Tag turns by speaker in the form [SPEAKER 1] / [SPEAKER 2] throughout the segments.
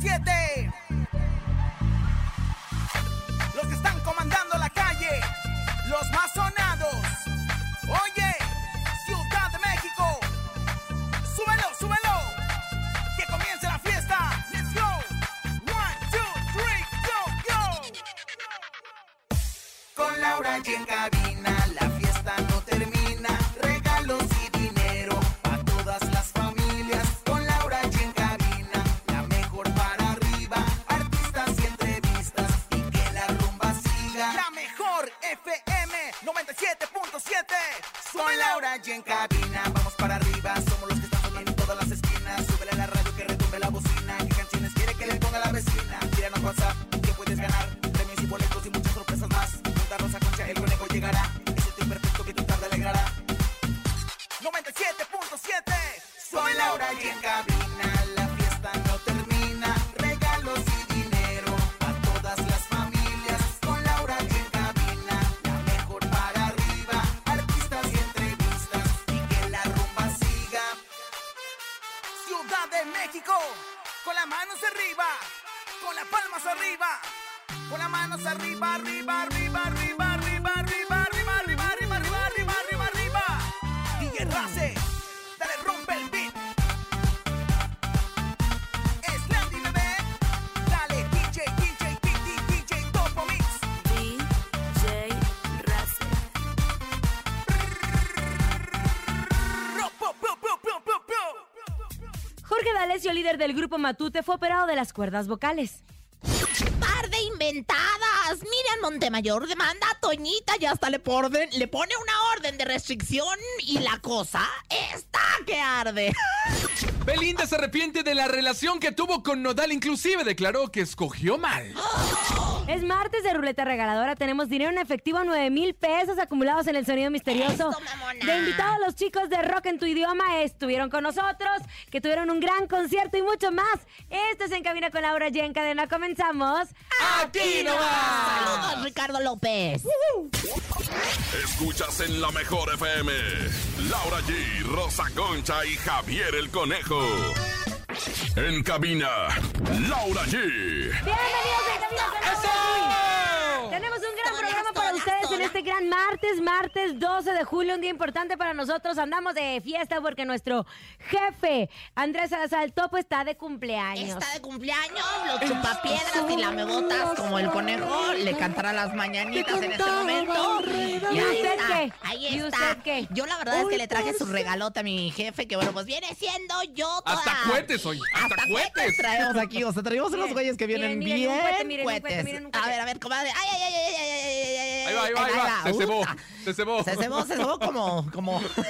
[SPEAKER 1] 7. Los que están comandando la calle, los más sonados. Oye, Ciudad de México, súbelo, súbelo. Que comience la fiesta. Let's go. One, two, three, go, go. Con Laura y en cabina, la fiesta no termina. Regalos y dinero a todas las familias. Con Laura y en cabina, la mejor para arriba. Artistas y entrevistas y que la rumba siga. La mejor FM 97.7. Con Laura y en cabina, vamos para arriba. Somos los que están sonando en todas las esquinas. Súbele a la radio que retumbe la bocina. ¿Qué canciones quiere que le ponga la vecina? Tíranos WhatsApp que puedes ganar. Premios y boletos y muchas sorpresas más. Junta Rosa Concha, el conejo llegará. Ese tiempo perfecto que tu tarde alegrará. 97.7 Soy Laura y en cabina La fiesta no termina Regalos y dinero A todas las familias Con Laura y en cabina La mejor para arriba Artistas y entrevistas Y que la rumba siga Ciudad de México Con las manos arriba Con las palmas arriba Con las manos arriba, arriba, arriba, arriba, arriba, arriba, arriba, arriba, arriba, arriba, arriba, arriba, arriba. DJ Race, dale rompe el beat. Slandy bebé, dale DJ, DJ, DJ, DJ, Topo Mix.
[SPEAKER 2] DJ Race.
[SPEAKER 1] Ro, pu, pu, pu, pu, pu, pu.
[SPEAKER 3] Jorge D'Alessio, líder del grupo Matute, fue operado de las cuerdas vocales.
[SPEAKER 4] par de inventadas. Miriam Montemayor demanda a Toñita y hasta le, porden- le pone una orden de restricción y la cosa está que arde.
[SPEAKER 5] Belinda se arrepiente de la relación que tuvo con Nodal, inclusive declaró que escogió mal.
[SPEAKER 3] Es martes de ruleta regaladora. Tenemos dinero en efectivo, 9 mil pesos acumulados en el sonido misterioso.
[SPEAKER 4] Eso, mamona.
[SPEAKER 3] de invitados, los chicos de Rock en tu idioma estuvieron con nosotros, que tuvieron un gran concierto y mucho más. Esto es En Cabina con Laura G. En Cadena comenzamos.
[SPEAKER 5] ¡Aquí nomás!
[SPEAKER 3] Ah.
[SPEAKER 4] Saludos, Ricardo López.
[SPEAKER 6] Escuchas en la mejor FM. Laura G, Rosa Concha y Javier el Conejo. En cabina, Laura G.
[SPEAKER 3] Bienvenidos a En Cabina con Laura G. Tenemos un gran
[SPEAKER 4] Todas,
[SPEAKER 3] programa para
[SPEAKER 4] todas,
[SPEAKER 3] ustedes en
[SPEAKER 4] todas.
[SPEAKER 3] este gran martes, martes 12 de julio, un día importante para nosotros. Andamos de fiesta porque nuestro jefe, Andrés Salazar el Topo, está de cumpleaños.
[SPEAKER 4] Está de cumpleañdos, los chupapiedras y lamebotas como el conejo le cantará las mañanitas en este momento.
[SPEAKER 3] ¿Y
[SPEAKER 4] ahí
[SPEAKER 3] usted
[SPEAKER 4] está,
[SPEAKER 3] qué?
[SPEAKER 4] Ahí
[SPEAKER 3] ¿Y
[SPEAKER 4] está.
[SPEAKER 3] usted qué? pues.
[SPEAKER 4] Yo la verdad es que le traje su regalote a mi jefe, que bueno, pues viene siendo yo toda...
[SPEAKER 5] Hasta cohetes hoy, hasta,
[SPEAKER 4] Hasta
[SPEAKER 5] cohetes.
[SPEAKER 4] traemos aquí, o sea, traemos unos güeyes que
[SPEAKER 3] Miren,
[SPEAKER 4] vienen
[SPEAKER 3] miren, un
[SPEAKER 4] bien
[SPEAKER 3] cohete, miren, un cohete,
[SPEAKER 4] cohetes.
[SPEAKER 3] miren, un
[SPEAKER 4] A
[SPEAKER 3] cohete.
[SPEAKER 4] ver, a ver, comadre. Ay, ay, ay, ay, ay, ay, ay, ay,
[SPEAKER 5] Ahí va, ahí va,
[SPEAKER 4] ay,
[SPEAKER 5] ahí va. Se
[SPEAKER 4] uta.
[SPEAKER 5] cebó, se cebó.
[SPEAKER 4] Se cebó, se cebó como, como... Pero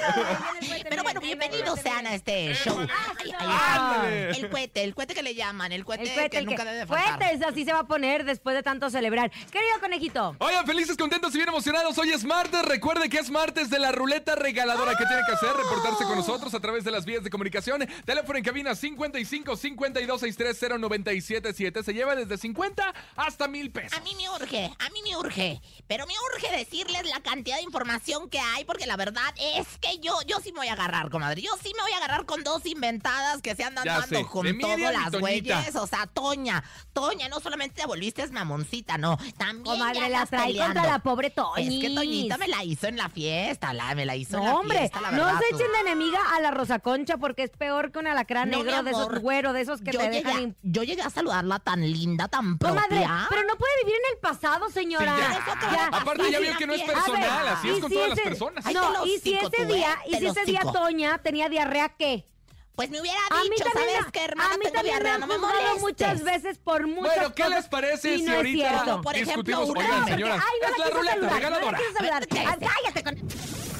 [SPEAKER 3] Pero
[SPEAKER 4] bueno, bienvenidos sean a este show. Ay, ahí está.
[SPEAKER 5] Ándale.
[SPEAKER 4] El cohete, el cohete que le llaman, el cohete,
[SPEAKER 3] El cohete,
[SPEAKER 4] que
[SPEAKER 3] el que-
[SPEAKER 4] nunca debe de faltar.
[SPEAKER 3] Cohetes, así se va a poner después de tanto celebrar. Querido conejito,
[SPEAKER 5] Oigan, felices, contentos y bien emocionados. Hoy es martes. Recuerde que es martes de la ruleta regaladora. que tiene que hacer? Reportarse con nosotros a través de las vías de comunicación. Teléfono en cabina 55 52 630 977. Se lleva desde 50 hasta mil pesos.
[SPEAKER 4] A mí me urge, a mí me urge. Pero me urge decirles la cantidad de información que hay, porque la verdad es que yo, yo sí me voy a agarrar, comadre. Yo sí me voy a agarrar con dos inventadas que se andan
[SPEAKER 5] Ya
[SPEAKER 4] dando
[SPEAKER 5] sé,
[SPEAKER 4] con
[SPEAKER 5] de
[SPEAKER 4] todas
[SPEAKER 5] Miriam y
[SPEAKER 4] las
[SPEAKER 5] Toñita.
[SPEAKER 4] güeyes. O sea, Toña, Toña, no solamente te volviste mamoncita, no. También ya
[SPEAKER 3] comadre, la
[SPEAKER 4] andas
[SPEAKER 3] trae
[SPEAKER 4] peleando.
[SPEAKER 3] contra la pobre Toñis.
[SPEAKER 4] Es que Toñita me la hizo en la fiesta, la, me la hizo en la
[SPEAKER 3] No, hombre,
[SPEAKER 4] fiesta, la verdad.
[SPEAKER 3] no se
[SPEAKER 4] tú.
[SPEAKER 3] echen de enemiga a la rosaconcha porque es peor que un alacrán
[SPEAKER 4] No, mi
[SPEAKER 3] negro de esos
[SPEAKER 4] amor.
[SPEAKER 3] güero, de esos que
[SPEAKER 4] yo,
[SPEAKER 3] te
[SPEAKER 4] llegué,
[SPEAKER 3] dejan...
[SPEAKER 4] a-
[SPEAKER 3] in-
[SPEAKER 4] yo llegué a saludarla tan linda, tan propia.
[SPEAKER 3] Comadre, pero no puede vivir en el pasado, señora.
[SPEAKER 5] Sí, ya.
[SPEAKER 4] Ya.
[SPEAKER 5] Aparte, ya
[SPEAKER 4] Así
[SPEAKER 5] vio que no es
[SPEAKER 4] es la
[SPEAKER 3] A ver,
[SPEAKER 5] personal, así es
[SPEAKER 3] y
[SPEAKER 5] con
[SPEAKER 3] si
[SPEAKER 5] todas las
[SPEAKER 3] ese-
[SPEAKER 5] personas.
[SPEAKER 4] Ay,
[SPEAKER 3] No,
[SPEAKER 4] te lo
[SPEAKER 3] y si
[SPEAKER 4] hocico
[SPEAKER 3] ese
[SPEAKER 4] tú,
[SPEAKER 3] día,
[SPEAKER 4] ¿eh?
[SPEAKER 3] y
[SPEAKER 4] Te
[SPEAKER 3] si
[SPEAKER 4] lo
[SPEAKER 3] ese día
[SPEAKER 4] hocico.
[SPEAKER 3] Toña tenía diarrea, ¿qué?
[SPEAKER 4] Pues me hubiera
[SPEAKER 3] A mí
[SPEAKER 4] dicho,
[SPEAKER 3] también,
[SPEAKER 4] ¿sabes
[SPEAKER 3] la-
[SPEAKER 4] qué, hermana?
[SPEAKER 3] a mí
[SPEAKER 4] Tengo
[SPEAKER 3] también
[SPEAKER 4] diarrea,
[SPEAKER 3] me
[SPEAKER 4] no
[SPEAKER 3] han
[SPEAKER 4] me
[SPEAKER 3] juzgado
[SPEAKER 4] molestes.
[SPEAKER 3] muchas veces por muchas
[SPEAKER 5] Bueno, ¿qué
[SPEAKER 3] cosas
[SPEAKER 5] les parece
[SPEAKER 3] y
[SPEAKER 5] si
[SPEAKER 3] no es
[SPEAKER 5] ahorita
[SPEAKER 3] cierto.
[SPEAKER 4] Por ejemplo,
[SPEAKER 5] discutimos?
[SPEAKER 4] una-
[SPEAKER 5] Oigan,
[SPEAKER 4] No, porque-
[SPEAKER 5] señoras,
[SPEAKER 3] ay, no la
[SPEAKER 5] es la
[SPEAKER 3] quiso
[SPEAKER 5] ruleta
[SPEAKER 3] saludar, no la
[SPEAKER 5] regaladora.
[SPEAKER 3] quiso saludar.
[SPEAKER 4] Vete,
[SPEAKER 3] Ah, Cállate con...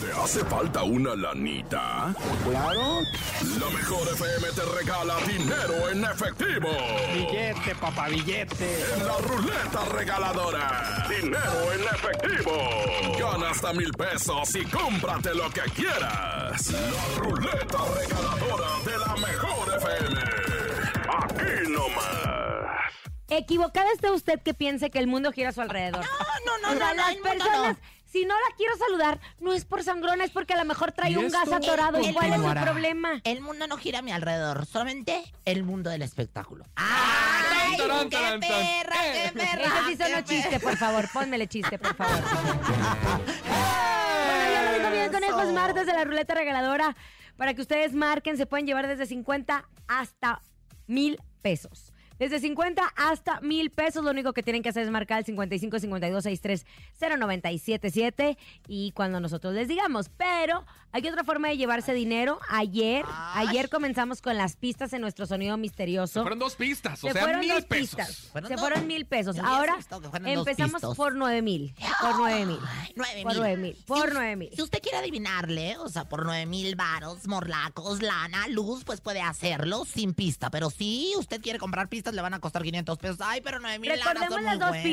[SPEAKER 6] ¿Te hace falta una lanita? Claro. La mejor FM te regala dinero en efectivo.
[SPEAKER 7] Billete, papá, billete.
[SPEAKER 6] En la ruleta regaladora. Dinero en efectivo. Gana hasta mil pesos y cómprate lo que quieras. La ruleta regaladora de la mejor FM. Aquí nomás.
[SPEAKER 3] Equivocada está usted que piense que el mundo gira a su alrededor.
[SPEAKER 4] No, no, no,
[SPEAKER 3] O sea,
[SPEAKER 4] no, no,
[SPEAKER 3] las
[SPEAKER 4] el mundo
[SPEAKER 3] personas
[SPEAKER 4] no.
[SPEAKER 3] Si no la quiero saludar, no es por sangrona, es porque a lo mejor trae
[SPEAKER 5] ¿Y
[SPEAKER 3] un
[SPEAKER 5] esto?
[SPEAKER 3] gas atorado.
[SPEAKER 4] El-
[SPEAKER 3] ¿Cuál es el
[SPEAKER 7] continuará.
[SPEAKER 3] problema?
[SPEAKER 4] El mundo no gira a mi alrededor, solamente el mundo del espectáculo.
[SPEAKER 5] ¡Ay,
[SPEAKER 4] ¡Ay,
[SPEAKER 5] tarán,
[SPEAKER 4] qué
[SPEAKER 5] tarán, tarán!
[SPEAKER 4] perra,
[SPEAKER 5] Eh.
[SPEAKER 4] qué perra!
[SPEAKER 3] Eso Ah, sí sonó
[SPEAKER 4] qué perra.
[SPEAKER 3] chiste, por favor. Pónmele chiste, por favor. Bueno, ya lo dijo bien conejos
[SPEAKER 4] Eso.
[SPEAKER 3] martes de la ruleta regaladora. Para que ustedes marquen, se pueden llevar desde 50 hasta mil pesos. Desde 50 hasta mil pesos, lo único que tienen que hacer es marcar el 55 52 63 0977 y cuando nosotros les digamos. Pero hay otra forma de llevarse dinero. Ayer,
[SPEAKER 4] Ay.
[SPEAKER 3] ayer comenzamos con las pistas en nuestro sonido misterioso.
[SPEAKER 5] Fueron dos pistas, o
[SPEAKER 3] Se
[SPEAKER 5] sea,
[SPEAKER 3] fueron
[SPEAKER 5] mil
[SPEAKER 3] dos
[SPEAKER 5] pesos.
[SPEAKER 3] pistas.
[SPEAKER 4] Fueron
[SPEAKER 3] se
[SPEAKER 4] dos.
[SPEAKER 3] fueron mil pesos.
[SPEAKER 4] Me hubiese
[SPEAKER 3] Ahora
[SPEAKER 4] gustado que fueran dos
[SPEAKER 3] empezamos
[SPEAKER 4] pistos.
[SPEAKER 3] por nueve mil. Por nueve mil.
[SPEAKER 4] Ay, nueve
[SPEAKER 3] Por
[SPEAKER 4] mil.
[SPEAKER 3] nueve mil, por
[SPEAKER 4] us-
[SPEAKER 3] nueve mil.
[SPEAKER 4] Si usted quiere adivinarle, o sea, por nueve mil varos, morlacos, lana, luz, pues puede hacerlo sin pista. Pero si usted quiere comprar pistas, le van a costar 500 pesos. Ay, pero nueve mil lanas
[SPEAKER 3] Recordemos
[SPEAKER 4] son
[SPEAKER 3] las
[SPEAKER 4] muy
[SPEAKER 3] dos
[SPEAKER 4] buenas.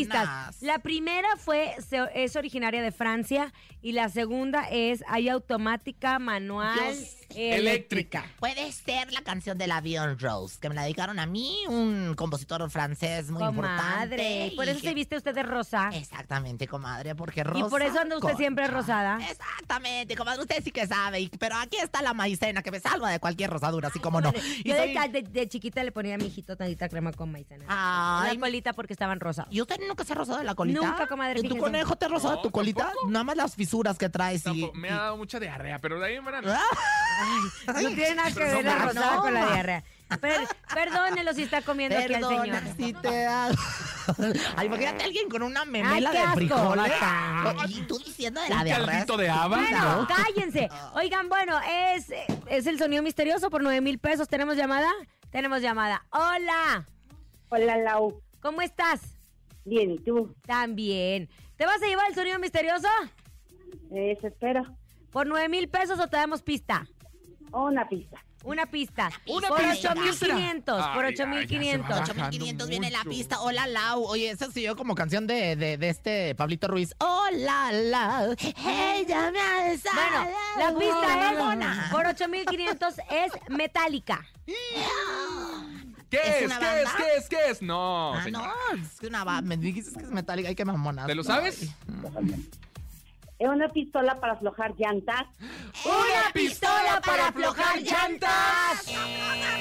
[SPEAKER 3] pistas. La primera fue se- es originaria de Francia y la segunda es hay automática, manual,
[SPEAKER 4] Dios.
[SPEAKER 3] eléctrica.
[SPEAKER 4] Puede ser la canción del avión Rose, que me la dedicaron a mí, un compositor francés muy importante.
[SPEAKER 3] Comadre,
[SPEAKER 4] y
[SPEAKER 3] por eso
[SPEAKER 4] que-
[SPEAKER 3] se viste usted de rosa.
[SPEAKER 4] Exactamente, comadre, porque rosa.
[SPEAKER 3] Y por eso anda usted
[SPEAKER 4] concha.
[SPEAKER 3] siempre rosada.
[SPEAKER 4] Exactamente, comadre, usted sí que sabe. y- Pero aquí está la maicena que me salva de cualquier rosadura, así como no. Y
[SPEAKER 3] Yo de,
[SPEAKER 4] soy-
[SPEAKER 3] de- de chiquita le ponía a mi hijito tantita crema con maicena.
[SPEAKER 4] Ay,
[SPEAKER 3] la colita porque estaban rosados.
[SPEAKER 4] ¿Y usted nunca se ha rozado de la colita?
[SPEAKER 3] Nunca, comadre,
[SPEAKER 4] ¿Tu
[SPEAKER 3] fíjese.
[SPEAKER 4] conejo te ha rozado
[SPEAKER 5] No,
[SPEAKER 4] tu colita?
[SPEAKER 5] tampoco.
[SPEAKER 4] Nada más las fisuras que traes y...
[SPEAKER 5] Tampoco- pues, me ha dado mucha diarrea, pero de ahí en verano.
[SPEAKER 4] ¡Ah!
[SPEAKER 3] No tiene nada que
[SPEAKER 5] Pero
[SPEAKER 3] ver
[SPEAKER 5] no
[SPEAKER 3] la
[SPEAKER 5] más,
[SPEAKER 3] rosada
[SPEAKER 4] no
[SPEAKER 3] con la
[SPEAKER 4] más.
[SPEAKER 3] diarrea. Per- perdónelo si está comiendo aquí al
[SPEAKER 4] Perdona
[SPEAKER 3] señor.
[SPEAKER 4] si te hago... Ay, imagínate a alguien con una memela
[SPEAKER 3] Ay, qué
[SPEAKER 4] de
[SPEAKER 3] asco,
[SPEAKER 4] frijoles.
[SPEAKER 3] vaca.
[SPEAKER 4] Y tú diciendo de la
[SPEAKER 5] Un
[SPEAKER 4] diarrea.
[SPEAKER 5] caldito de haba.
[SPEAKER 3] Bueno, cállense. Oigan, bueno, es, es el sonido misterioso por 9 mil pesos. ¿Tenemos llamada? Tenemos llamada. Hola,
[SPEAKER 8] Hola, Lau.
[SPEAKER 3] ¿cómo estás?
[SPEAKER 8] Bien, ¿y tú?
[SPEAKER 3] También. ¿Te vas a llevar el sonido misterioso?
[SPEAKER 8] Eso Eh, espero.
[SPEAKER 3] ¿Por 9 mil pesos o te damos pista?
[SPEAKER 8] Oh, Una pista.
[SPEAKER 3] Una pista.
[SPEAKER 4] Una
[SPEAKER 3] por
[SPEAKER 4] pista.
[SPEAKER 3] 8500. Por
[SPEAKER 5] Ay, ay, ya se va.
[SPEAKER 3] 8500.
[SPEAKER 4] 8500 viene la
[SPEAKER 5] mucho.
[SPEAKER 4] pista. Hola, Lau. Oye, esa siguió como canción de, de, de este Pablito Ruiz. Hola, Lau. Ella me ha besado.
[SPEAKER 3] Bueno, la pista es
[SPEAKER 4] Mamona.
[SPEAKER 3] por 8500 es metálica.
[SPEAKER 5] ¿Qué
[SPEAKER 4] ¿Es
[SPEAKER 5] es?
[SPEAKER 4] una
[SPEAKER 5] ¿Qué es?
[SPEAKER 4] banda?
[SPEAKER 5] ¿Qué es? ¿Qué es? No,
[SPEAKER 4] Ah,
[SPEAKER 5] señora.
[SPEAKER 4] no, es que una va, me dijiste que es metálica, ay, qué mamona.
[SPEAKER 5] ¿Te lo sabes?
[SPEAKER 8] Es Eh, una pistola para aflojar llantas.
[SPEAKER 3] ¡Una pistola para aflojar llantas!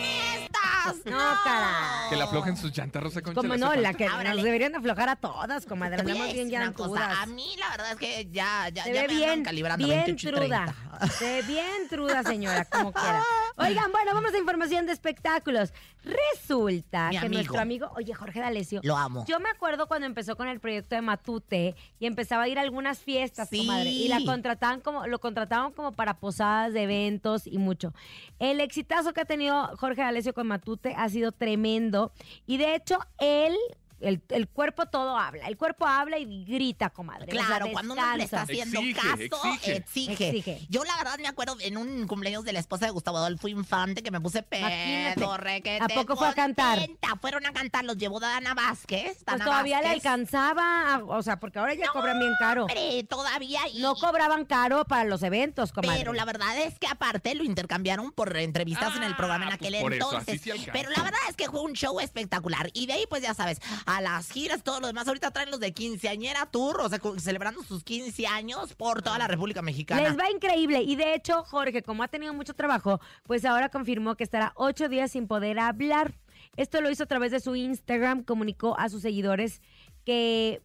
[SPEAKER 4] ¡Estas!
[SPEAKER 3] No, cara.
[SPEAKER 5] Que la aflojen sus llantas, Rosa Concha.
[SPEAKER 3] Como
[SPEAKER 5] le
[SPEAKER 3] no,
[SPEAKER 5] hace
[SPEAKER 3] la que
[SPEAKER 4] Ábrale.
[SPEAKER 3] nos deberían aflojar a todas, comadre.
[SPEAKER 4] Te voy a
[SPEAKER 3] Andamos
[SPEAKER 4] decir
[SPEAKER 3] bien
[SPEAKER 4] una cosa. A
[SPEAKER 3] llantudas.
[SPEAKER 4] mí la verdad es que ya, ya,
[SPEAKER 3] Se
[SPEAKER 4] ya
[SPEAKER 3] ve
[SPEAKER 4] me andan
[SPEAKER 3] bien,
[SPEAKER 4] calibrando
[SPEAKER 3] bien
[SPEAKER 4] 28 y
[SPEAKER 3] truda.
[SPEAKER 4] 30.
[SPEAKER 3] Se ve bien truda, señora, como quiera. Oigan, bueno, vamos a información de espectáculos. Resulta
[SPEAKER 4] Mi
[SPEAKER 3] que
[SPEAKER 4] amigo.
[SPEAKER 3] nuestro amigo, oye, Jorge D'Alessio.
[SPEAKER 4] Lo amo.
[SPEAKER 3] Yo me acuerdo cuando empezó con el proyecto de Matute y empezaba a ir a algunas fiestas,
[SPEAKER 4] Sí.
[SPEAKER 3] comadre. Y la contrataban como, lo contrataban como para posadas, de eventos y mucho. El exitazo que ha tenido Jorge D'Alessio con Matute ha sido tremendo. Y de hecho, él. El, el cuerpo todo habla, el cuerpo habla y grita, comadre. O sea,
[SPEAKER 4] Claro, cuando uno le está
[SPEAKER 3] descansa.
[SPEAKER 4] haciendo
[SPEAKER 5] Exige,
[SPEAKER 4] caso,
[SPEAKER 5] exige.
[SPEAKER 4] exige.
[SPEAKER 3] Exige.
[SPEAKER 4] Yo la verdad me acuerdo en un cumpleaños de la esposa de Gustavo Adolfo Infante que me puse
[SPEAKER 3] Imagínate.
[SPEAKER 4] pedo, requete.
[SPEAKER 3] ¿A poco fue a cantar?
[SPEAKER 4] contenta. Fueron a cantar, los llevó Dana Vázquez.
[SPEAKER 3] Pues
[SPEAKER 4] Dana
[SPEAKER 3] todavía le
[SPEAKER 4] Vázquez.
[SPEAKER 3] alcanzaba, a- o sea, porque ahora ya cobran bien caro.
[SPEAKER 4] Hombre, todavía. y-
[SPEAKER 3] No cobraban caro para los eventos, comadre.
[SPEAKER 4] Pero la verdad es que aparte lo intercambiaron por entrevistas en el programa en
[SPEAKER 5] Ah, pues
[SPEAKER 4] aquel
[SPEAKER 5] por eso,
[SPEAKER 4] entonces.
[SPEAKER 5] así sí alcanza.
[SPEAKER 4] pero la verdad es que fue un show espectacular. Y de ahí, pues ya sabes, a las giras, todo lo demás. Ahorita traen los de quinceañera tour, o sea, cu- celebrando sus 15 años por toda la República Mexicana.
[SPEAKER 3] Les va increíble. Y de hecho, Jorge, como ha tenido mucho trabajo, pues ahora confirmó que estará ocho días sin poder hablar. Esto lo hizo a través de su Instagram, comunicó a sus seguidores que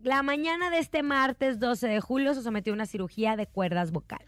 [SPEAKER 3] la mañana de este martes 12 de julio se sometió a una cirugía de cuerdas vocales.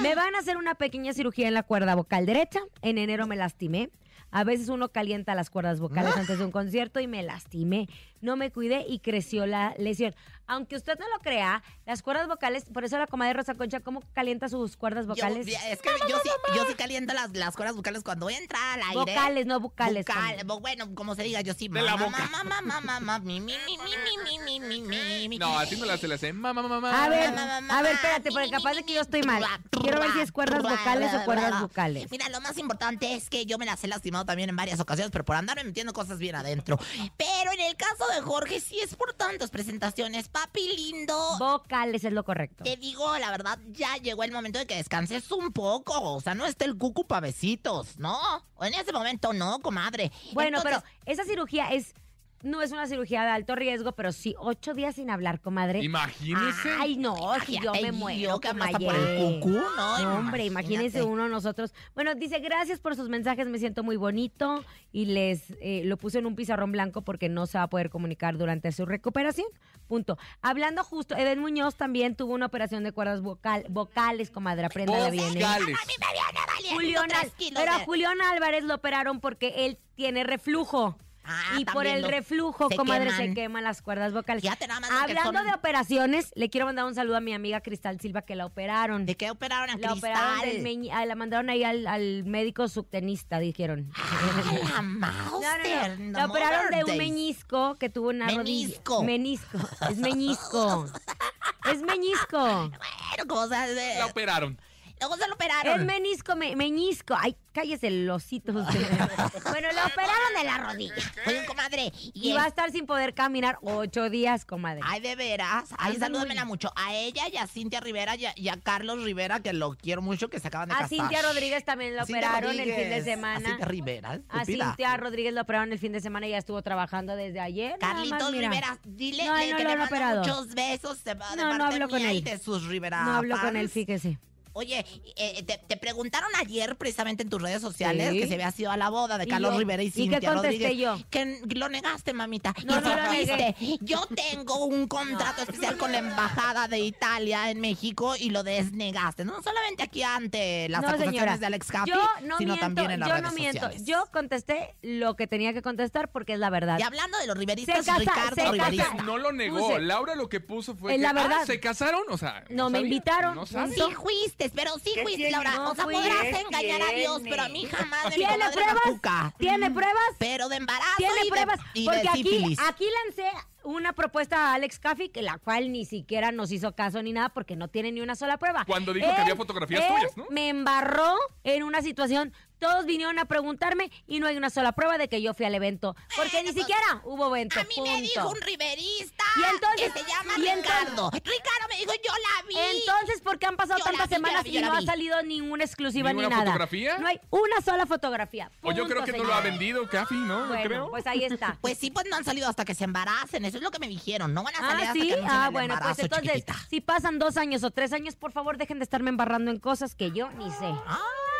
[SPEAKER 3] Me van a hacer una pequeña cirugía en la cuerda vocal derecha. En enero me lastimé. A veces uno calienta las cuerdas vocales
[SPEAKER 4] Ah.
[SPEAKER 3] antes de un concierto y me lastimé. No me cuidé y creció la lesión. Aunque usted no lo crea, las cuerdas vocales, por eso la comadre Rosa Concha, ¿cómo calienta sus cuerdas
[SPEAKER 4] Yo-
[SPEAKER 3] vocales?
[SPEAKER 4] es que yo sí, yo sí caliento las, las cuerdas vocales cuando entra al aire.
[SPEAKER 3] vocales, no vocales.
[SPEAKER 4] Vocal,
[SPEAKER 3] comadre.
[SPEAKER 4] bo- bueno, como se diga, yo sí.
[SPEAKER 5] De la
[SPEAKER 4] mamá,
[SPEAKER 5] boca.
[SPEAKER 4] mamá, mamá, mamá, mi, mi, mi, mi, mi, mi, mi, mi, mi.
[SPEAKER 5] No, a ti no la hace, le hace. Mamá, mamá, mamá.
[SPEAKER 3] A ver,
[SPEAKER 4] mamá, mamá,
[SPEAKER 3] a ver, espérate,
[SPEAKER 4] mi,
[SPEAKER 3] porque
[SPEAKER 4] mi,
[SPEAKER 3] capaz
[SPEAKER 4] mi,
[SPEAKER 3] de que
[SPEAKER 4] mi,
[SPEAKER 3] yo estoy mal.
[SPEAKER 4] trua,
[SPEAKER 3] Quiero ver si es
[SPEAKER 4] trua,
[SPEAKER 3] cuerdas
[SPEAKER 4] trua,
[SPEAKER 3] vocales o
[SPEAKER 4] trua,
[SPEAKER 3] cuerdas
[SPEAKER 4] trua.
[SPEAKER 3] vocales.
[SPEAKER 4] Mira, lo más importante es que yo me las he lastimado también en varias ocasiones, pero por andar metiendo cosas bien adentro. Pero en el caso de Jorge, sí es por tantas presentaciones. Papi lindo,
[SPEAKER 3] Vocales es lo correcto.
[SPEAKER 4] te digo, la verdad, ya llegó el momento de que descanses un poco. O sea, no está el cucu pa' besitos, ¿no? En ese momento no, comadre.
[SPEAKER 3] Bueno,
[SPEAKER 4] Entonces,
[SPEAKER 3] pero esa cirugía es No es una cirugía de alto riesgo, pero sí, ocho días sin hablar, comadre.
[SPEAKER 5] Imagínese.
[SPEAKER 3] Ay, no, si yo
[SPEAKER 4] Imagínate,
[SPEAKER 3] me
[SPEAKER 4] yo
[SPEAKER 3] muero,
[SPEAKER 4] que hasta por el
[SPEAKER 3] comadre.
[SPEAKER 4] cucú, ¿no?
[SPEAKER 3] No, hombre, imagínense
[SPEAKER 4] Imagínate.
[SPEAKER 3] uno nosotros. Bueno, dice, gracias por sus mensajes, me siento muy bonito y les eh, lo puse en un pizarrón blanco porque no se va a poder comunicar durante su recuperación. Punto. Hablando justo, Eden Muñoz también tuvo una operación de cuerdas vocal, vocales, comadre, apréndale bien. ¿eh?
[SPEAKER 5] Vocales.
[SPEAKER 4] Me viene valiendo
[SPEAKER 3] Julián
[SPEAKER 4] tres
[SPEAKER 3] Al-
[SPEAKER 4] kilos
[SPEAKER 3] pero a
[SPEAKER 4] de-
[SPEAKER 3] Julián Álvarez lo operaron porque él tiene reflujo.
[SPEAKER 4] Ah,
[SPEAKER 3] y por
[SPEAKER 4] también
[SPEAKER 3] el
[SPEAKER 4] los-
[SPEAKER 3] reflujo,
[SPEAKER 4] se
[SPEAKER 3] comadre, se
[SPEAKER 4] queman.
[SPEAKER 3] queman las cuerdas vocales.
[SPEAKER 4] Fíjate nada más lo que
[SPEAKER 3] Hablando
[SPEAKER 4] son.
[SPEAKER 3] de operaciones, le quiero mandar un saludo a mi amiga Cristal Silva que la operaron.
[SPEAKER 4] ¿De qué operaron a
[SPEAKER 3] La operaron del
[SPEAKER 4] Cristal?
[SPEAKER 3] meñi- ah, la mandaron ahí al, al médico subtenista, dijeron.
[SPEAKER 4] Ah, la
[SPEAKER 3] No, no, no.
[SPEAKER 4] Mauser. no,
[SPEAKER 3] La operaron de un
[SPEAKER 4] Mother Days.
[SPEAKER 3] meñisco que tuvo una
[SPEAKER 4] Menisco.
[SPEAKER 3] rodilla. Menisco. Es meñisco. es meñisco.
[SPEAKER 4] Bueno, como sea, de-
[SPEAKER 5] La operaron.
[SPEAKER 4] luego se
[SPEAKER 3] Es
[SPEAKER 4] lo operaron.
[SPEAKER 3] menisco, me- meñisco. Ay, cállese el osito. usted. bueno, la operaron de la rodilla.
[SPEAKER 4] Oye, comadre. Y
[SPEAKER 3] Y va a
[SPEAKER 4] el-
[SPEAKER 3] estar sin poder caminar ocho días, comadre.
[SPEAKER 4] Ay, de veras. Ay,
[SPEAKER 3] Ándale.
[SPEAKER 4] salúdamela mucho. A ella y a Cintia Rivera y a, y a Carlos Rivera, que lo quiero mucho, que se acaban de
[SPEAKER 3] a
[SPEAKER 4] casar.
[SPEAKER 3] Cintia Rodríguez también la
[SPEAKER 4] A Cintia
[SPEAKER 3] operaron el fin de
[SPEAKER 4] Rodríguez, A
[SPEAKER 3] semana.
[SPEAKER 4] Cintia Rivera.
[SPEAKER 3] A
[SPEAKER 4] estúpida.
[SPEAKER 3] Cintia Rodríguez la operaron el fin de semana y ya estuvo trabajando desde ayer. nada más,
[SPEAKER 4] Carlitos
[SPEAKER 3] mira.
[SPEAKER 4] Rivera, dile
[SPEAKER 3] No,
[SPEAKER 4] le-
[SPEAKER 3] no
[SPEAKER 4] que
[SPEAKER 3] lo
[SPEAKER 4] le
[SPEAKER 3] han
[SPEAKER 4] mando
[SPEAKER 3] operado.
[SPEAKER 4] muchos besos de, de
[SPEAKER 3] No, no
[SPEAKER 4] parte
[SPEAKER 3] hablo con
[SPEAKER 4] mía y
[SPEAKER 3] él.
[SPEAKER 4] de sus Rivera
[SPEAKER 3] No hablo con
[SPEAKER 4] fans.
[SPEAKER 3] él, fíjese.
[SPEAKER 4] Oye, eh, te, te preguntaron ayer precisamente en tus redes sociales
[SPEAKER 3] Sí.
[SPEAKER 4] que se había sido a la boda de
[SPEAKER 3] Y
[SPEAKER 4] Carlos
[SPEAKER 3] yo-
[SPEAKER 4] Rivera y
[SPEAKER 3] ¿y qué
[SPEAKER 4] Cintia
[SPEAKER 3] contesté
[SPEAKER 4] Rodríguez.
[SPEAKER 3] yo?
[SPEAKER 4] Que n- lo negaste, mamita.
[SPEAKER 3] No,
[SPEAKER 4] Y
[SPEAKER 3] no
[SPEAKER 4] tú
[SPEAKER 3] lo negué.
[SPEAKER 4] fuiste. Yo tengo un contrato especial con la embajada de Italia en México y lo desnegaste. No solamente aquí ante las
[SPEAKER 3] no,
[SPEAKER 4] acusaciones
[SPEAKER 3] señora.
[SPEAKER 4] de Alex Happy,
[SPEAKER 3] yo no
[SPEAKER 4] sino
[SPEAKER 3] miento,
[SPEAKER 4] también en las
[SPEAKER 3] yo
[SPEAKER 4] redes
[SPEAKER 3] no miento.
[SPEAKER 4] sociales.
[SPEAKER 3] Yo contesté lo que tenía que contestar porque es la verdad.
[SPEAKER 4] Y hablando de los
[SPEAKER 3] Se
[SPEAKER 4] riveristas,
[SPEAKER 3] casa- se
[SPEAKER 4] Ricardo
[SPEAKER 3] casa-
[SPEAKER 4] Riverista.
[SPEAKER 3] Puse-
[SPEAKER 5] No lo negó. Laura lo que puso fue.
[SPEAKER 3] Es
[SPEAKER 5] que,
[SPEAKER 3] la verdad.
[SPEAKER 5] "Ah, ¿Se casaron? O sea.
[SPEAKER 3] No, me
[SPEAKER 5] sabía,
[SPEAKER 3] invitaron,
[SPEAKER 5] No sabía.
[SPEAKER 4] Sí fuiste, pero sí
[SPEAKER 7] ¿Qué
[SPEAKER 4] fuiste,
[SPEAKER 7] tiene?
[SPEAKER 4] Laura.
[SPEAKER 3] No
[SPEAKER 4] o sea,
[SPEAKER 3] fui.
[SPEAKER 4] podrás
[SPEAKER 7] ¿Qué
[SPEAKER 4] engañar a Dios,
[SPEAKER 7] tiene?
[SPEAKER 4] pero a mí jamás de mi
[SPEAKER 3] ¿Tiene
[SPEAKER 4] comadre
[SPEAKER 3] pruebas?
[SPEAKER 4] Macuca.
[SPEAKER 3] ¿Tiene pruebas?
[SPEAKER 4] Pero de embarazo
[SPEAKER 3] Tiene
[SPEAKER 4] Mm, y de-
[SPEAKER 3] pruebas.
[SPEAKER 4] y de
[SPEAKER 3] porque aquí,
[SPEAKER 4] sífilis.
[SPEAKER 3] aquí lancé una propuesta a Alex Caffey, que la cual ni siquiera nos hizo caso ni nada porque no tiene ni una sola prueba.
[SPEAKER 5] Cuando dijo que había fotografías
[SPEAKER 3] él
[SPEAKER 5] tuyas, ¿no?
[SPEAKER 3] Me embarró en una situación. Todos vinieron a preguntarme y no hay una sola prueba de que yo fui al evento. Porque
[SPEAKER 4] Bueno,
[SPEAKER 3] ni
[SPEAKER 4] pues,
[SPEAKER 3] siquiera hubo evento.
[SPEAKER 4] A mí
[SPEAKER 3] punto.
[SPEAKER 4] me dijo un riverista
[SPEAKER 3] Y entonces-
[SPEAKER 4] que se llama
[SPEAKER 3] y entonces-
[SPEAKER 4] Ricardo. Ricardo me dijo, yo la vi.
[SPEAKER 3] Entonces, ¿por qué han pasado
[SPEAKER 4] Yo la
[SPEAKER 3] tantas
[SPEAKER 4] vi, yo la
[SPEAKER 3] semanas
[SPEAKER 4] vi, yo
[SPEAKER 3] y
[SPEAKER 4] la
[SPEAKER 3] no ha
[SPEAKER 4] vi.
[SPEAKER 3] salido ninguna exclusiva ni
[SPEAKER 5] ¿Ninguna
[SPEAKER 3] nada?
[SPEAKER 5] fotografía?
[SPEAKER 3] No hay una sola fotografía.
[SPEAKER 5] O yo creo
[SPEAKER 3] Punto,
[SPEAKER 5] que no lo ha
[SPEAKER 3] señora.
[SPEAKER 5] vendido, Cafi, ¿no? No
[SPEAKER 3] Bueno,
[SPEAKER 5] creo.
[SPEAKER 3] pues ahí está.
[SPEAKER 4] pues sí, pues no han salido hasta que se embaracen. Eso es lo que me dijeron. No van a salir
[SPEAKER 3] Ah,
[SPEAKER 4] hasta
[SPEAKER 3] sí.
[SPEAKER 4] que anuncien
[SPEAKER 3] Ah,
[SPEAKER 4] el
[SPEAKER 3] bueno, pues
[SPEAKER 4] embarazo,
[SPEAKER 3] entonces,
[SPEAKER 4] chiquitita.
[SPEAKER 3] si pasan dos años o tres años, por favor, dejen de estarme embarrando en cosas que yo ni sé.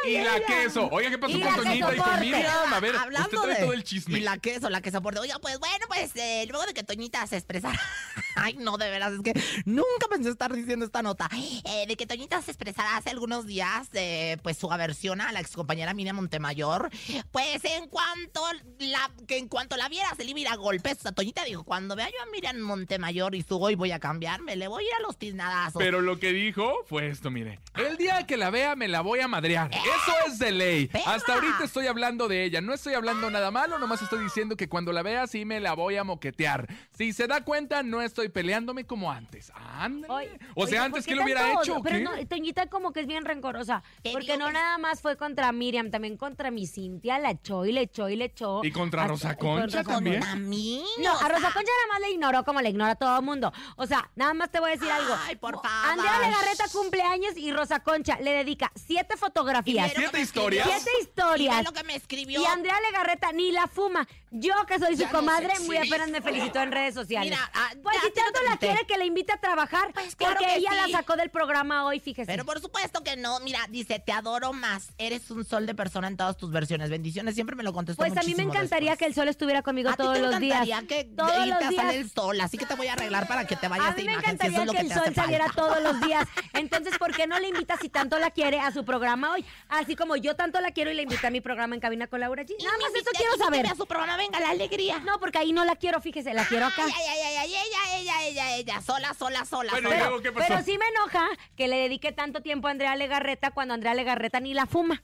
[SPEAKER 5] Y la queso. Oiga, ¿qué pasó
[SPEAKER 3] Y
[SPEAKER 5] con
[SPEAKER 3] la que
[SPEAKER 5] Toñita y con
[SPEAKER 3] soporte.
[SPEAKER 5] Miriam? A ver,
[SPEAKER 4] Hablando
[SPEAKER 5] usted trae
[SPEAKER 4] de-
[SPEAKER 5] todo el chisme.
[SPEAKER 4] Y la queso, la que soporte. Oiga, pues bueno, pues eh, luego de que Toñita se expresara. Ay, no, de veras, es que nunca pensé estar diciendo esta nota. Eh, de que Toñita se expresara hace algunos días, eh, pues su aversión a la excompañera Miriam Montemayor. Pues en cuanto la, que en cuanto la viera, se le iba a ir a golpes. O sea, Toñita dijo: Cuando vea yo a Miriam Montemayor y su hoy voy a cambiarme, le voy a ir a los tiznadazos.
[SPEAKER 5] Pero lo que dijo fue esto, mire. El día que la vea me la voy a madrear.
[SPEAKER 3] ¡Eh!
[SPEAKER 5] Eso es de ley.
[SPEAKER 4] ¡Perra!
[SPEAKER 5] Hasta ahorita estoy hablando de ella. No estoy hablando nada malo, nomás estoy diciendo que cuando la vea sí me la voy a moquetear. Si se da cuenta, no estoy peleándome como antes. Ándale.
[SPEAKER 3] Oye,
[SPEAKER 5] o sea,
[SPEAKER 3] oye,
[SPEAKER 5] antes
[SPEAKER 3] ¿por qué
[SPEAKER 5] que lo hubiera
[SPEAKER 3] tanto
[SPEAKER 5] hecho.
[SPEAKER 3] odio? Pero
[SPEAKER 5] ¿Qué?
[SPEAKER 3] no, Toñita como que es bien rencorosa.
[SPEAKER 4] Te
[SPEAKER 3] Porque
[SPEAKER 4] digo
[SPEAKER 3] no
[SPEAKER 4] que-
[SPEAKER 3] nada más fue contra Miriam, también contra mi Cintia, la echó y le echó y le echó.
[SPEAKER 5] Y contra
[SPEAKER 3] Hasta-
[SPEAKER 5] Rosa
[SPEAKER 3] y
[SPEAKER 5] Concha
[SPEAKER 3] Rosa
[SPEAKER 5] también.
[SPEAKER 3] Concha.
[SPEAKER 4] A mí.
[SPEAKER 3] No,
[SPEAKER 4] o
[SPEAKER 3] a Rosa
[SPEAKER 4] sea,
[SPEAKER 3] Concha nada más le ignoró como le ignora a todo mundo. O sea, nada más te voy a decir algo.
[SPEAKER 4] Ay, por
[SPEAKER 3] Mo-
[SPEAKER 4] favor.
[SPEAKER 3] Andrea Legarreta cumpleaños y Rosa Concha le dedica siete
[SPEAKER 4] y ve
[SPEAKER 3] fotografías.
[SPEAKER 4] lo que
[SPEAKER 5] Siete
[SPEAKER 4] me escribió.
[SPEAKER 5] historias.
[SPEAKER 3] Siete
[SPEAKER 4] Y
[SPEAKER 3] historias.
[SPEAKER 4] ve lo que me escribió.
[SPEAKER 3] Y Andrea Legarreta ni la fuma. Yo, que soy su
[SPEAKER 4] Ya no
[SPEAKER 3] comadre,
[SPEAKER 4] sé,
[SPEAKER 3] muy
[SPEAKER 4] sí.
[SPEAKER 3] apenas me felicitó en redes sociales.
[SPEAKER 4] Mira, ah,
[SPEAKER 3] pues
[SPEAKER 4] ya
[SPEAKER 3] si
[SPEAKER 4] te lo
[SPEAKER 3] tanto la
[SPEAKER 4] comenté.
[SPEAKER 3] quiere que la invite a trabajar,
[SPEAKER 4] Pues claro
[SPEAKER 3] porque
[SPEAKER 4] que
[SPEAKER 3] ella
[SPEAKER 4] sí.
[SPEAKER 3] la sacó del programa hoy, fíjese.
[SPEAKER 4] Pero por supuesto que no. Mira, dice, te adoro más. Eres un sol de persona en todas tus versiones. Bendiciones. Siempre me lo contestó
[SPEAKER 3] pues a mí me
[SPEAKER 4] muchísimo
[SPEAKER 3] encantaría
[SPEAKER 4] después.
[SPEAKER 3] que el sol estuviera conmigo
[SPEAKER 4] A ti
[SPEAKER 3] todos
[SPEAKER 4] te
[SPEAKER 3] los días.
[SPEAKER 4] encantaría que
[SPEAKER 3] Todos
[SPEAKER 4] irte
[SPEAKER 3] los
[SPEAKER 4] a
[SPEAKER 3] días.
[SPEAKER 4] salir el sol. Así que te voy a arreglar para que te vayas
[SPEAKER 3] A mí
[SPEAKER 4] de
[SPEAKER 3] me
[SPEAKER 4] imagen, si eso
[SPEAKER 3] encantaría
[SPEAKER 4] es lo
[SPEAKER 3] que
[SPEAKER 4] que,
[SPEAKER 3] el
[SPEAKER 4] te
[SPEAKER 3] sol
[SPEAKER 4] hace
[SPEAKER 3] saliera
[SPEAKER 4] falta.
[SPEAKER 3] todos los días. Entonces, ¿por qué no la invita si tanto la quiere a su programa hoy? Así como yo tanto la quiero y la invité a mi programa en cabina con Laura G.
[SPEAKER 4] Y
[SPEAKER 3] Nada
[SPEAKER 4] me
[SPEAKER 3] más eso
[SPEAKER 4] invité
[SPEAKER 3] quiero
[SPEAKER 4] aquí,
[SPEAKER 3] saber.
[SPEAKER 4] que A su programa, venga, la alegría.
[SPEAKER 3] No, porque ahí no la quiero, fíjese, la quiero acá.
[SPEAKER 4] Ay, ay, ay, ay, ella, ella, ella, ella. Sola, sola, sola.
[SPEAKER 5] Bueno,
[SPEAKER 4] sola.
[SPEAKER 5] y luego, ¿qué pasó?
[SPEAKER 3] Pero sí me enoja que le dedique tanto tiempo a Andrea Legarreta cuando Andrea Legarreta ni la fuma.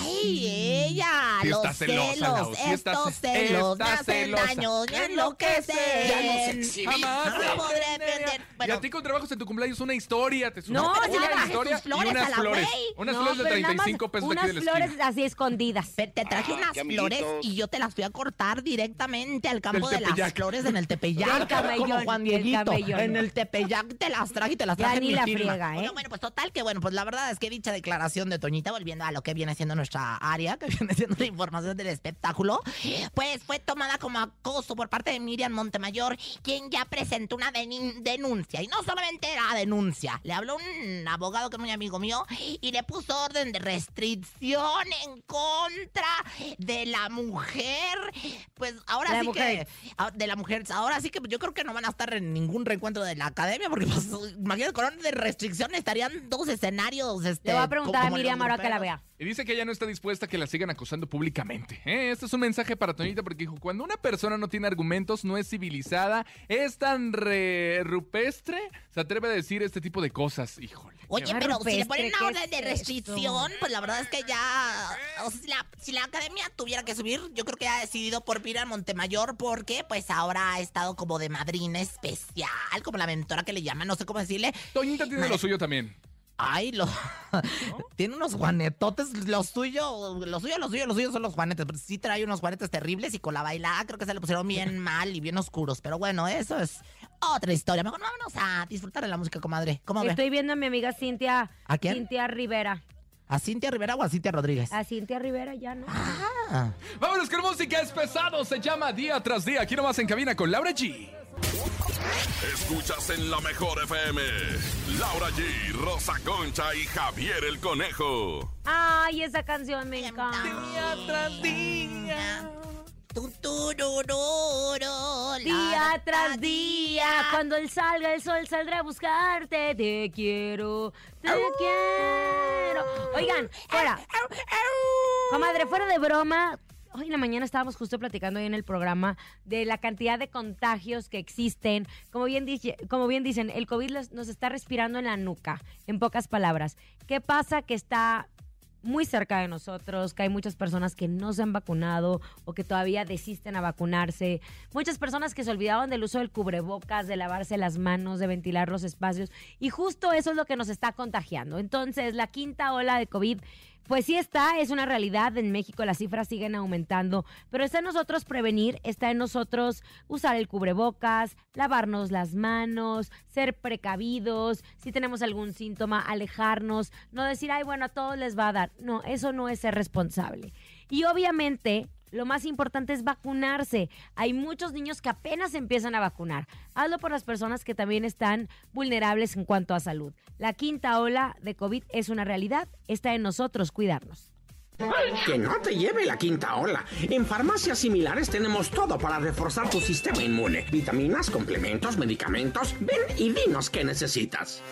[SPEAKER 4] Ay, ella,
[SPEAKER 5] Sí
[SPEAKER 4] los
[SPEAKER 5] está celosa, Lau,
[SPEAKER 4] celos,
[SPEAKER 5] sí está
[SPEAKER 4] estos
[SPEAKER 5] ce-
[SPEAKER 4] celos me
[SPEAKER 5] está
[SPEAKER 4] hacen
[SPEAKER 5] celosa.
[SPEAKER 4] daño, me enloquecen.
[SPEAKER 5] Ya no
[SPEAKER 4] No
[SPEAKER 5] Jamás.
[SPEAKER 4] lo podré vender.
[SPEAKER 5] y
[SPEAKER 4] Bueno,
[SPEAKER 5] a ti con trabajos en tu cumpleaños una historia, te
[SPEAKER 3] No,
[SPEAKER 5] subiste
[SPEAKER 3] si
[SPEAKER 5] una
[SPEAKER 3] le traje
[SPEAKER 5] historia
[SPEAKER 4] sus flores
[SPEAKER 5] y
[SPEAKER 4] a
[SPEAKER 5] unas
[SPEAKER 4] la
[SPEAKER 5] flores.
[SPEAKER 4] güey.
[SPEAKER 5] Unas
[SPEAKER 3] No,
[SPEAKER 5] flores de
[SPEAKER 3] pero nada más
[SPEAKER 5] 35 pesos de aquí
[SPEAKER 3] Unas
[SPEAKER 5] de la
[SPEAKER 3] flores
[SPEAKER 5] esquina.
[SPEAKER 3] así escondidas.
[SPEAKER 4] Te, te traje
[SPEAKER 9] Ah,
[SPEAKER 4] unas
[SPEAKER 9] qué amiguitos.
[SPEAKER 4] flores y yo te las fui a cortar directamente al campo
[SPEAKER 5] Del
[SPEAKER 4] de las
[SPEAKER 5] Tepeyac.
[SPEAKER 4] flores en
[SPEAKER 3] Del
[SPEAKER 4] el Tepeyac.
[SPEAKER 3] camellón,
[SPEAKER 4] como Juan
[SPEAKER 3] del
[SPEAKER 4] Dieguito.
[SPEAKER 3] camellón.
[SPEAKER 4] En el Tepeyac te las traje y te las
[SPEAKER 3] Ya
[SPEAKER 4] traje en
[SPEAKER 3] ni
[SPEAKER 4] mi
[SPEAKER 3] la
[SPEAKER 4] firma.
[SPEAKER 3] friega, ¿eh?
[SPEAKER 4] Oiga, bueno, pues total que bueno, pues la verdad es que dicha declaración de Toñita, volviendo a lo que viene viene siendo nuestra área, que viene siendo la información del espectáculo, pues fue tomada como acoso por parte de Miriam Montemayor, quien ya presentó una denin- denuncia. Y no solamente era denuncia, le habló un abogado que es muy amigo mío y le puso orden de restricción en contra de la mujer. Pues ahora
[SPEAKER 3] La
[SPEAKER 4] sí
[SPEAKER 3] mujer.
[SPEAKER 4] que. a- Ah, De la mujer. Ahora sí que yo creo que no van a estar en ningún reencuentro de la academia, porque pues, imagínate, con orden de restricción estarían dos escenarios. Este,
[SPEAKER 3] Le voy a preguntar a
[SPEAKER 4] como los
[SPEAKER 3] Miriam ahora que la
[SPEAKER 4] gruperos.
[SPEAKER 3] vea.
[SPEAKER 5] Y dice que ella no está dispuesta a que la sigan acosando públicamente. ¿eh? Este es un mensaje para Toñita porque dijo, cuando una persona no tiene argumentos, no es civilizada, es tan re- rupestre, se atreve a decir este tipo de cosas. Híjole. qué
[SPEAKER 4] Oye,
[SPEAKER 3] Qué
[SPEAKER 4] pero si le
[SPEAKER 3] rupestre,
[SPEAKER 4] ponen
[SPEAKER 3] ¿qué
[SPEAKER 4] una orden
[SPEAKER 3] es
[SPEAKER 4] de
[SPEAKER 3] esto?
[SPEAKER 4] restricción, pues la verdad es que ya. o sea, si, la, si la academia tuviera que subir, yo creo que ha decidido por Miriam Montemayor, porque pues ahora ha estado como de madrina especial, como la mentora que le llaman, no sé cómo decirle.
[SPEAKER 5] Toñita tiene lo
[SPEAKER 4] Madre-
[SPEAKER 5] suyo también.
[SPEAKER 4] Ay, lo. Tiene unos juanetotes. Lo suyo, lo suyo, lo suyo, lo suyo son los juanetes. Pero sí trae unos juanetes terribles y con la bailada creo que se le pusieron bien mal y bien oscuros. Pero bueno, eso es otra historia. Mejor vámonos a disfrutar de la música, comadre. ¿Cómo ve?
[SPEAKER 3] Estoy viendo a mi amiga Cintia.
[SPEAKER 4] ¿A quién?
[SPEAKER 3] Cintia Rivera.
[SPEAKER 4] ¿A Cintia Rivera o a Cintia Rodríguez?
[SPEAKER 3] A Cintia Rivera ya, ¿no?
[SPEAKER 4] Ah.
[SPEAKER 5] Vámonos con música, es pesado, se llama Día tras Día. Aquí nomás en cabina con Laura G.
[SPEAKER 6] Escuchas en la mejor FM. Laura G, Rosa Concha y Javier el Conejo.
[SPEAKER 3] Ay, esa canción me encanta.
[SPEAKER 4] Día tras día. Tuturururu,
[SPEAKER 3] Día
[SPEAKER 4] la-
[SPEAKER 3] tras día, cuando él salga, el sol saldrá a buscarte. Te quiero, te quiero. Oigan, fuera. Comadre, fuera de broma. Hoy en la mañana estábamos justo platicando ahí en el programa de la cantidad de contagios que existen. Como bien, dije- como bien dicen, el COVID las- nos está respirando en la nuca, en pocas palabras. ¿Qué pasa que está muy cerca de nosotros, que hay muchas personas que no se han vacunado o que todavía desisten a vacunarse, muchas personas que se olvidaban del uso del cubrebocas, de lavarse las manos, de ventilar los espacios y justo eso es lo que nos está contagiando. Entonces, la quinta ola de COVID pues sí está, es una realidad. En México las cifras siguen aumentando, pero está en nosotros prevenir, está en nosotros usar el cubrebocas, lavarnos las manos, ser precavidos, si tenemos algún síntoma, alejarnos, no decir, ay, bueno, a todos les va a dar. No, eso no es ser responsable. Y obviamente... Lo más importante es vacunarse. Hay muchos niños que apenas empiezan a vacunar. Hazlo por las personas que también están vulnerables en cuanto a salud. La quinta ola de COVID es una realidad. Está en nosotros cuidarnos.
[SPEAKER 9] Que no te lleve la quinta ola. En farmacias similares tenemos todo para reforzar tu sistema inmune. Vitaminas, complementos, medicamentos. Ven y dinos qué necesitas.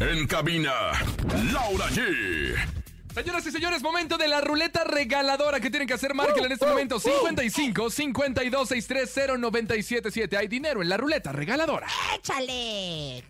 [SPEAKER 6] En cabina, Laura G.
[SPEAKER 5] Señoras y señores, momento de la ruleta regaladora que tienen que hacer Márquela en
[SPEAKER 4] Uh,
[SPEAKER 5] este momento. 55 52 630 977. Hay dinero en la ruleta regaladora.
[SPEAKER 4] ¡Échale!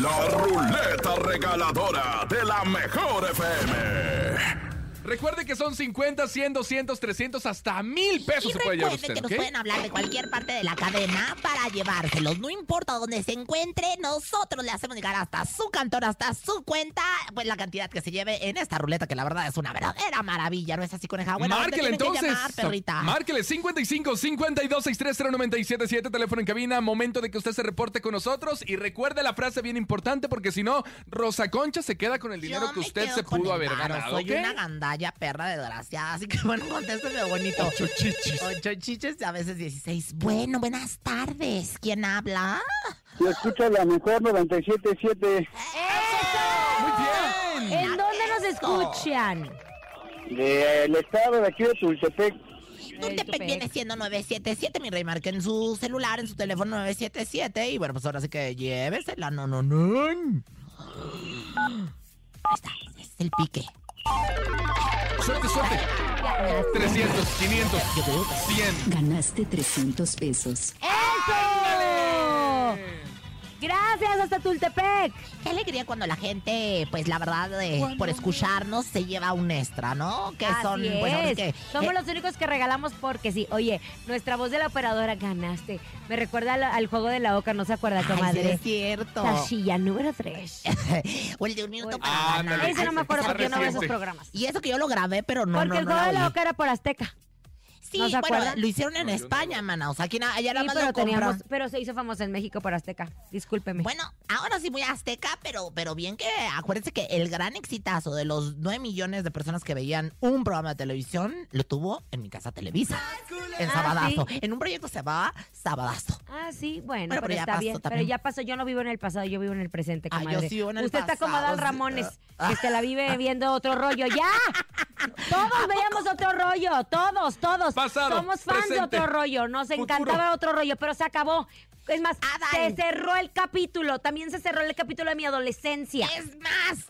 [SPEAKER 6] La ruleta regaladora de la mejor FM.
[SPEAKER 5] Recuerde que son 50, 100, 200, 300, hasta mil pesos
[SPEAKER 4] Y
[SPEAKER 5] se puede llevar
[SPEAKER 4] recuerden
[SPEAKER 5] usted,
[SPEAKER 4] que nos
[SPEAKER 5] ¿ok?
[SPEAKER 4] pueden hablar de cualquier parte de la cadena para llevárselos. No importa dónde se encuentre, nosotros le hacemos llegar hasta su cantor, hasta su cuenta, pues la cantidad que se lleve en esta ruleta, que la verdad es una verdadera maravilla. ¿No es así, coneja? Ah, Bueno, ¿dónde
[SPEAKER 5] Márquele
[SPEAKER 4] tienen que
[SPEAKER 5] entonces.
[SPEAKER 4] llamar, perrita?
[SPEAKER 5] Márquele 55 52 630 977 teléfono en cabina, momento de que usted se reporte con nosotros y recuerde la frase bien importante porque si no Rosa Concha se queda con el dinero
[SPEAKER 4] Yo
[SPEAKER 5] que
[SPEAKER 4] me
[SPEAKER 5] usted
[SPEAKER 4] quedo
[SPEAKER 5] se
[SPEAKER 4] con
[SPEAKER 5] pudo
[SPEAKER 4] el
[SPEAKER 5] haber
[SPEAKER 4] varo,
[SPEAKER 5] ganado,
[SPEAKER 4] Soy
[SPEAKER 5] ¿ok?
[SPEAKER 4] una gandalla perra desgraciada, así que bueno, contésteme bonito. Ocho chiches. Ocho chiches y a veces 16. Bueno, buenas tardes. ¿Quién habla?
[SPEAKER 10] Yo escucho la mejor 97.7
[SPEAKER 5] Muy bien.
[SPEAKER 3] ¿En dónde nos escuchan?
[SPEAKER 10] del estado de aquí de Tultepec.
[SPEAKER 3] Ey,
[SPEAKER 4] ¿Dónde
[SPEAKER 3] tu
[SPEAKER 4] pe- viene
[SPEAKER 3] pex.
[SPEAKER 4] siendo 977, mi rey? Marca en su celular, en su teléfono 977. Y bueno, pues ahora sí que llévesela, no, no, no. Ahí está, ese es el pique.
[SPEAKER 5] Suerte, suerte. 300, 500, 100.
[SPEAKER 11] Ganaste 300 pesos.
[SPEAKER 3] ¡Eso! Gracias, hasta Tultepec.
[SPEAKER 4] Qué alegría cuando la gente, pues la verdad, eh, por escucharnos, se lleva un extra, ¿no? Que
[SPEAKER 3] Así
[SPEAKER 4] son, pues ahora sí
[SPEAKER 3] es.
[SPEAKER 4] que.
[SPEAKER 3] Somos
[SPEAKER 4] eh,
[SPEAKER 3] los únicos que regalamos porque sí. Oye, nuestra voz de la operadora ganaste. Me recuerda al, al juego de la oca, no se acuerda,
[SPEAKER 4] ay, sí,
[SPEAKER 3] comadre.
[SPEAKER 4] es cierto.
[SPEAKER 3] Tachilla número 3.
[SPEAKER 4] o el de un minuto
[SPEAKER 3] Uy.
[SPEAKER 4] para
[SPEAKER 5] Ándale.
[SPEAKER 4] ganar.
[SPEAKER 3] Ese no me acuerdo
[SPEAKER 5] Está
[SPEAKER 3] porque yo no veo esos
[SPEAKER 5] reciente.
[SPEAKER 3] programas.
[SPEAKER 4] Y eso que yo lo grabé, pero no,
[SPEAKER 3] Porque
[SPEAKER 4] no,
[SPEAKER 3] el
[SPEAKER 4] no
[SPEAKER 3] juego
[SPEAKER 4] la
[SPEAKER 3] de la
[SPEAKER 4] oí.
[SPEAKER 3] oca era por Azteca.
[SPEAKER 4] Sí,
[SPEAKER 3] ¿No se
[SPEAKER 4] bueno,
[SPEAKER 3] acuerdan?
[SPEAKER 4] lo hicieron en España, mana. O sea, aquí na- allá nada
[SPEAKER 3] Sí,
[SPEAKER 4] más
[SPEAKER 3] pero,
[SPEAKER 4] lo compran.
[SPEAKER 3] teníamos, pero se hizo famosa en México por Azteca. Discúlpeme.
[SPEAKER 4] Bueno, ahora sí muy azteca, pero, pero bien que acuérdense que el gran exitazo de los 9 millones de personas que veían un programa de televisión lo tuvo en mi casa Televisa. En
[SPEAKER 3] Ah,
[SPEAKER 4] Sabadazo.
[SPEAKER 3] sí.
[SPEAKER 4] En un proyecto se llamaba Sabadazo.
[SPEAKER 3] Ah, sí, bueno,
[SPEAKER 4] Bueno,
[SPEAKER 3] pero,
[SPEAKER 4] pero ya
[SPEAKER 3] está
[SPEAKER 4] pasó
[SPEAKER 3] bien.
[SPEAKER 4] también.
[SPEAKER 3] Pero ya pasó, yo no vivo en el pasado, yo vivo en el presente,
[SPEAKER 4] Ah, yo
[SPEAKER 3] comadre.
[SPEAKER 4] sí vivo en el
[SPEAKER 3] Usted está como
[SPEAKER 4] pasado,
[SPEAKER 3] Adal
[SPEAKER 4] sí. Ah.
[SPEAKER 3] Ramones, que se la vive viendo otro rollo. ¡Ya! Todos veíamos otro rollo, todos, todos.
[SPEAKER 5] Pasado,
[SPEAKER 3] Somos fans de
[SPEAKER 5] presente,
[SPEAKER 3] otro rollo, nos encantaba otro rollo, pero se acabó. Es más,
[SPEAKER 4] Adal.
[SPEAKER 3] se cerró el capítulo, también se cerró el capítulo de mi adolescencia.
[SPEAKER 4] Es más,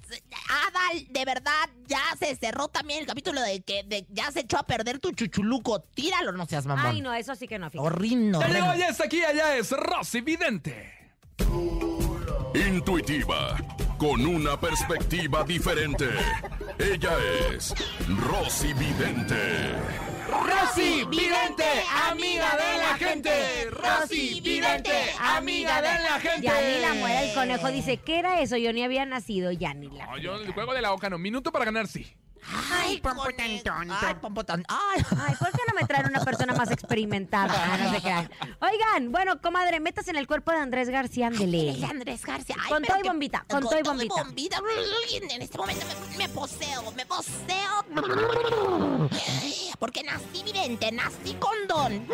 [SPEAKER 4] Adal, de verdad, ya se cerró también el capítulo de que de- ya se echó a perder tu chuchuluco. Tíralo, no seas mamón.
[SPEAKER 3] Ay, no, eso sí que no, fíjate.
[SPEAKER 4] Horrible,
[SPEAKER 5] Ya llegó,
[SPEAKER 4] horrible.
[SPEAKER 5] ya está aquí, allá es Rosy Vidente.
[SPEAKER 6] Intuitiva, con una perspectiva diferente. Ella es Rosy Vidente.
[SPEAKER 5] Rosy Vidente, amiga de la gente. Rosy Vidente, amiga de la gente.
[SPEAKER 3] Ya ni la muera el conejo dice, ¿qué era eso? Yo ni había nacido, ya ni la.
[SPEAKER 5] No, yo el juego de la boca no. Minuto para ganar, sí.
[SPEAKER 4] Ay, pompo tan tonto. Ay, pompo tan- Ay.
[SPEAKER 3] Ay, ¿por qué no me traen una persona más experimentada? Ah, no sé qué. Oigan, bueno, comadre, metas en el cuerpo de Andrés García, ándele.
[SPEAKER 4] El Andrés García. Ay,
[SPEAKER 3] Con
[SPEAKER 4] pero
[SPEAKER 3] todo y
[SPEAKER 4] que-
[SPEAKER 3] bombita, con todo y bombita.
[SPEAKER 4] bombita. En este momento me, me poseo, me poseo. Porque nací vivente, nací con don.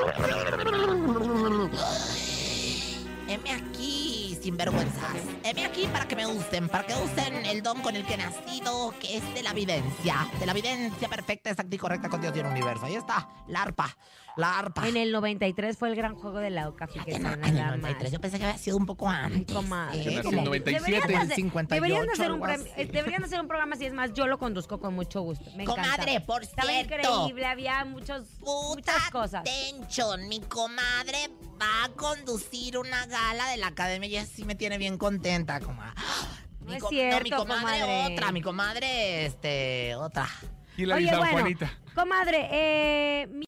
[SPEAKER 4] Heme aquí, sin vergüenzas. Heme aquí para que me usen, para que usen el don con el que he nacido, que es de la evidencia. De la evidencia perfecta, exacta y correcta con Dios y el universo. Ahí está, la arpa, la arpa.
[SPEAKER 3] En el 93 fue el gran juego de la OCA, fíjese.
[SPEAKER 4] En
[SPEAKER 3] nada
[SPEAKER 4] el
[SPEAKER 3] más.
[SPEAKER 4] 93, yo pensé que había sido un poco
[SPEAKER 3] Ay,
[SPEAKER 4] antes.
[SPEAKER 3] comadre.
[SPEAKER 5] Yo
[SPEAKER 4] ¿eh?
[SPEAKER 5] nací en
[SPEAKER 4] Como-
[SPEAKER 5] 97,
[SPEAKER 3] Deberían de
[SPEAKER 5] en
[SPEAKER 3] hacer-
[SPEAKER 7] 58,
[SPEAKER 3] deberían de hacer un
[SPEAKER 7] algo
[SPEAKER 3] prem-
[SPEAKER 7] así.
[SPEAKER 3] eh, deberían de hacer un programa, si es más, yo lo conduzco con mucho gusto. Me encanta.
[SPEAKER 4] Comadre, por
[SPEAKER 3] Estaba
[SPEAKER 4] cierto.
[SPEAKER 3] increíble, había muchos,
[SPEAKER 4] Puta
[SPEAKER 3] muchas cosas.
[SPEAKER 4] tension, mi comadre va a conducir una gala de la academia y eso sí me tiene bien contenta, comadre.
[SPEAKER 3] No
[SPEAKER 4] Mi
[SPEAKER 3] es
[SPEAKER 4] com- mi
[SPEAKER 3] cierto,
[SPEAKER 4] comadre,
[SPEAKER 3] comadre.
[SPEAKER 4] otra, mi comadre, este, otra.
[SPEAKER 5] Y la
[SPEAKER 3] Oye,
[SPEAKER 5] San
[SPEAKER 3] bueno,
[SPEAKER 5] Juanita.
[SPEAKER 3] comadre, eh...